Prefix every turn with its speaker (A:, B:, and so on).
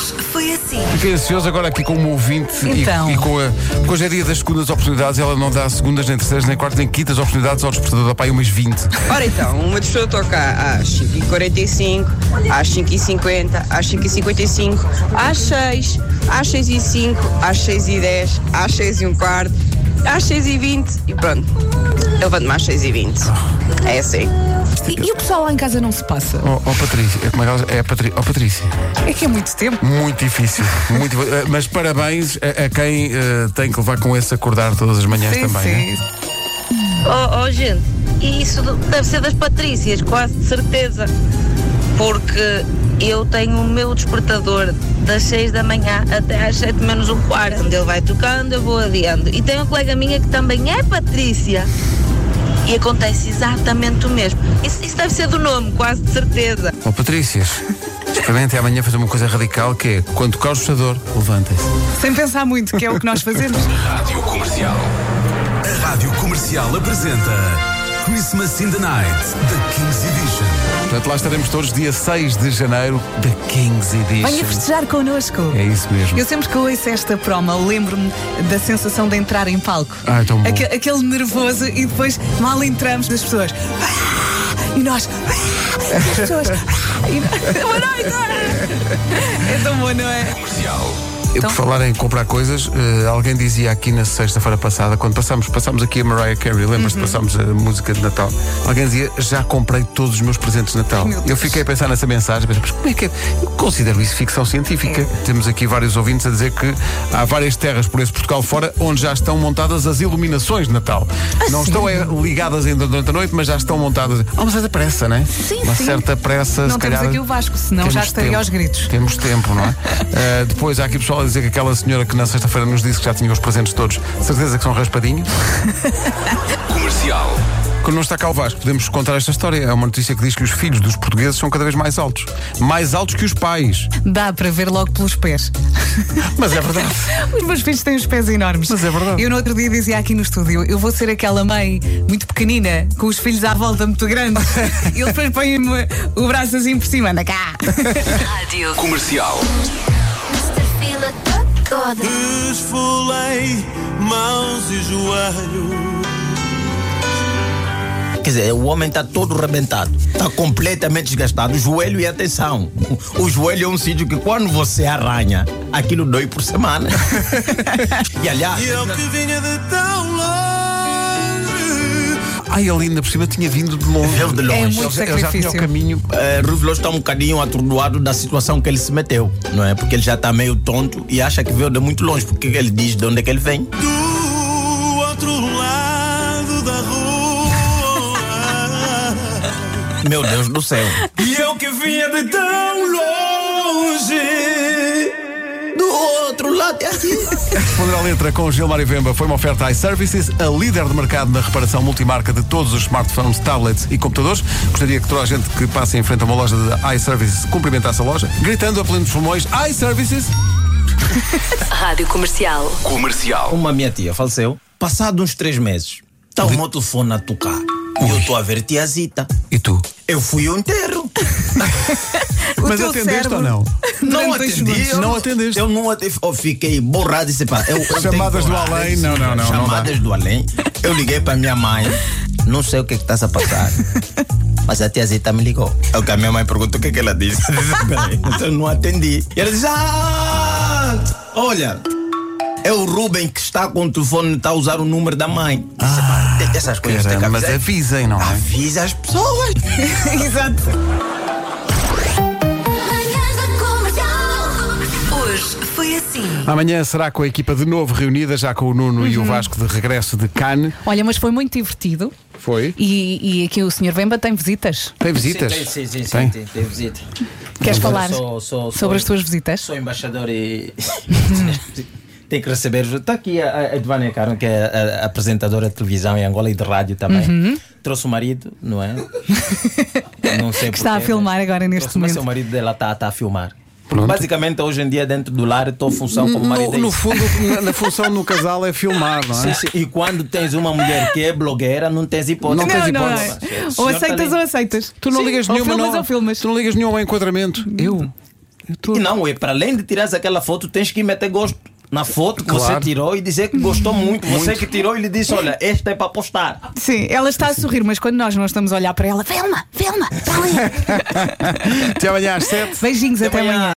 A: assim.
B: Fiquei ansioso agora aqui com o meu ouvinte e-
A: Então.
B: e, com a. Porque hoje é dia das segundas oportunidades, ela não dá segundas, nem terceiras, nem quartas, nem quintas oportunidades ao despertador da pai, umas 20.
C: Ora então, uma pessoa toca às 5h45, às 5h50, às 5h55, às 6, às 6h05, às 6h10, às 6h15, às 6h20 e pronto. Eu levanto-me às 6h20. É assim.
A: E, e o pessoal lá em casa não se passa?
B: Oh, oh, Patrícia, é como é que ela- é Patri- oh, Patrícia,
A: É que é muito tempo.
B: muito difícil, muito difícil. Eh, Mas parabéns a, a quem eh, tem que levar com esse acordar todas as manhãs
A: Sim,
B: também. né?
A: sim.
D: Oh, oh, gente, isso do- deve ser das Patrícias, quase de certeza. Porque eu tenho o meu despertador das 6 da manhã até às 7 menos um quarto. Onde ele vai tocando, eu vou adiando. E tenho uma colega minha que também é Patrícia. E acontece exatamente o mesmo. Isso, isso deve ser do nome, quase de certeza.
B: Ó Patrícias, experimentem Oh, amanhã fazer uma coisa radical que é quando tocar o assustador, levantem-se.
A: Sem pensar muito, que é o que nós fazemos.
E: Rádio Comercial. A Rádio Comercial apresenta Christmas in the Night, The King's Edition.
B: Portanto, lá estaremos todos dia 6 de janeiro da Kings
A: Venha
B: Edition.
A: festejar connosco.
B: É isso mesmo.
A: Eu sempre que ouço esta promo, lembro-me da sensação de entrar em palco.
B: Ah, é tão bom.
A: Aque- aquele nervoso e depois mal entramos das pessoas. "Ah!" E nós. "Ah!" E as pessoas. "Ah!" E nós, Boa noite! É tão bom, não é?
B: Eu,
A: Então-
B: Por falar em comprar coisas, eh, alguém dizia aqui na sexta-feira passada, quando passámos, passámos aqui a Mariah Carey,
A: Uhum.
B: lembras-te, passámos a música de Natal, alguém dizia, já comprei todos os meus presentes de Natal.
A: meu Deus.
B: Eu fiquei a pensar nessa mensagem, mas como é que é? Eu considero isso ficção
A: É.
B: científica. Temos aqui vários ouvintes a dizer que há várias terras por esse Portugal fora onde já estão montadas as iluminações de Natal.
A: Ah,
B: não estão é, ligadas ainda durante a noite, mas já estão montadas. Há uma certa pressa, não é?
A: Sim,
B: Uma
A: sim.
B: certa pressa,
A: Não
B: se
A: temos
B: calhar.
A: aqui o Vasco, senão
B: Temos
A: já estaria
B: tempo.
A: aos gritos.
B: Temos tempo, não é? Ah, depois há aqui pessoal a dizer que aquela senhora que na sexta-feira nos disse que já tinha os presentes todos, de certeza que são raspadinho.
E: Comercial.
B: Quando não está cá o Vasco, podemos contar esta história. É uma notícia que diz que os filhos dos portugueses são cada vez mais altos. Mais altos que os pais.
A: Dá para ver logo pelos pés.
B: Mas é verdade.
A: Os meus filhos têm os pés enormes.
B: Mas é verdade.
A: Eu no outro dia dizia aqui no estúdio: eu vou ser aquela mãe muito pequenina, com os filhos à volta muito grande. e eles depois põem-me o braço assim por cima, anda cá.
E: Comercial.
F: Esfolei mãos e joelhos.
G: Quer dizer, o homem está todo rebentado, está Tá completamente desgastado. O joelho e atenção. O joelho é um sítio que quando você arranha, aquilo dói por semana. e aliás,
F: E eu que vinha de tão longe.
B: Ai, ele ainda por cima tinha vindo de longe.
G: veio de
A: É
G: longe.
A: muito
B: Ele já- ele já tinha o
A: sacrifício.
B: caminho.
G: Eh, Rui Veloso está um bocadinho atordoado da situação que ele se meteu, não é? Porque ele já está meio tonto e acha que veio de muito longe, porque ele diz de onde é que ele vem.
F: Do outro lado da rua.
G: Meu Deus do céu.
F: E eu que vinha de tão longe.
G: Do outro lado é assim.
B: Responder à letra com Gilmar e Vemba foi uma oferta iServices, a líder de mercado na reparação multimarca de todos os smartphones, tablets e computadores. Gostaria que toda a gente que passe em frente a uma loja de iServices cumprimentasse a loja, gritando a pleno dos pulmões iServices.
H: Rádio Comercial.
E: Comercial.
G: Uma minha tia faleceu. Passado uns três meses, está o meu telefone a tocar. E eu estou a ver tiazita.
B: E tu?
G: Eu fui ao enterro.
A: O
B: Mas
A: teu
B: atendeste
A: cérebro-
B: ou não?
G: Não
A: Durante dois
G: atendi.
A: segundos.
G: eu
B: Não atendeste.
G: Eu não atendi. Eu fiquei borrado e disse, pá, eu, eu tenho
B: Chamadas do
G: borrado.
B: além, não, não, não, não
G: Chamadas do além. Eu liguei para minha mãe. Não sei o que está a passar. Mas a tia Zita me ligou. É o que a minha mãe perguntou o que, é que ela disse. Eu disse, "Peraí." Então eu não atendi. E ela disse: Ah! Olha, é o Ruben que está com o telefone, está a usar o número da mãe. Eu Disse, "Pá, tem- essas coisas tem que
B: Ah, Caramba, mas
G: avisar."
B: avisem, não é?
G: Avisa as pessoas.
A: Exato.
H: Hoje foi assim.
B: Amanhã será com a equipa de novo reunida, já com o Nuno e o Vasco de regresso de Cannes.
A: Olha, mas foi muito divertido.
B: Foi?
A: E, e aqui o Sr. Vemba tem visitas.
B: Tem visitas?
G: Sim, sim, sim,
B: Tem?
G: sim, tem- tem visita.
A: Queres
G: Sou-
A: falar
G: sou- sou-
A: sobre
G: sou-
A: as tuas visitas?
G: Sou embaixador e. Tem que receber. Está aqui a, a Edvânia Caron, que é a, a apresentadora de televisão em Angola e de rádio também.
A: Uhum.
G: Trouxe o marido, não é? Não sei
A: Que está a
G: porquê,
A: filmar
G: mas
A: agora neste
G: trouxe, mas
A: momento.
G: o marido dela está está a filmar.
B: Pronto.
G: Basicamente, hoje em dia, dentro do lar, estou função como marido.
B: No,
G: é
B: no
G: isso.
B: fundo, na, na função no casal é filmar, não é?
G: Sim, sim. E quando tens uma mulher que é blogueira, não tens hipótese.
B: Não tens hipótese.
G: O
A: Ou
G: senhor tá
A: aceitas
G: ali.
A: ou aceitas.
B: Tu não
A: Sim,
B: ligas
A: ou
B: nenhuma
A: filmas
B: não,
A: ou filmas.
B: Tu não ligas nenhuma ao enquadramento. Eu? Eu tô-
G: E não, é para além de tirar aquela foto, tens que meter gosto na foto que
B: Claro.
G: você tirou e dizer que gostou muito. Você que tirou e lhe disse: olha, esta é para postar.
A: Sim, ela está a sorrir, mas quando nós não estamos a olhar para ela, Velma, Velma, está ali.
B: Até amanhã às 7.
A: Beijinhos, até, amanhã.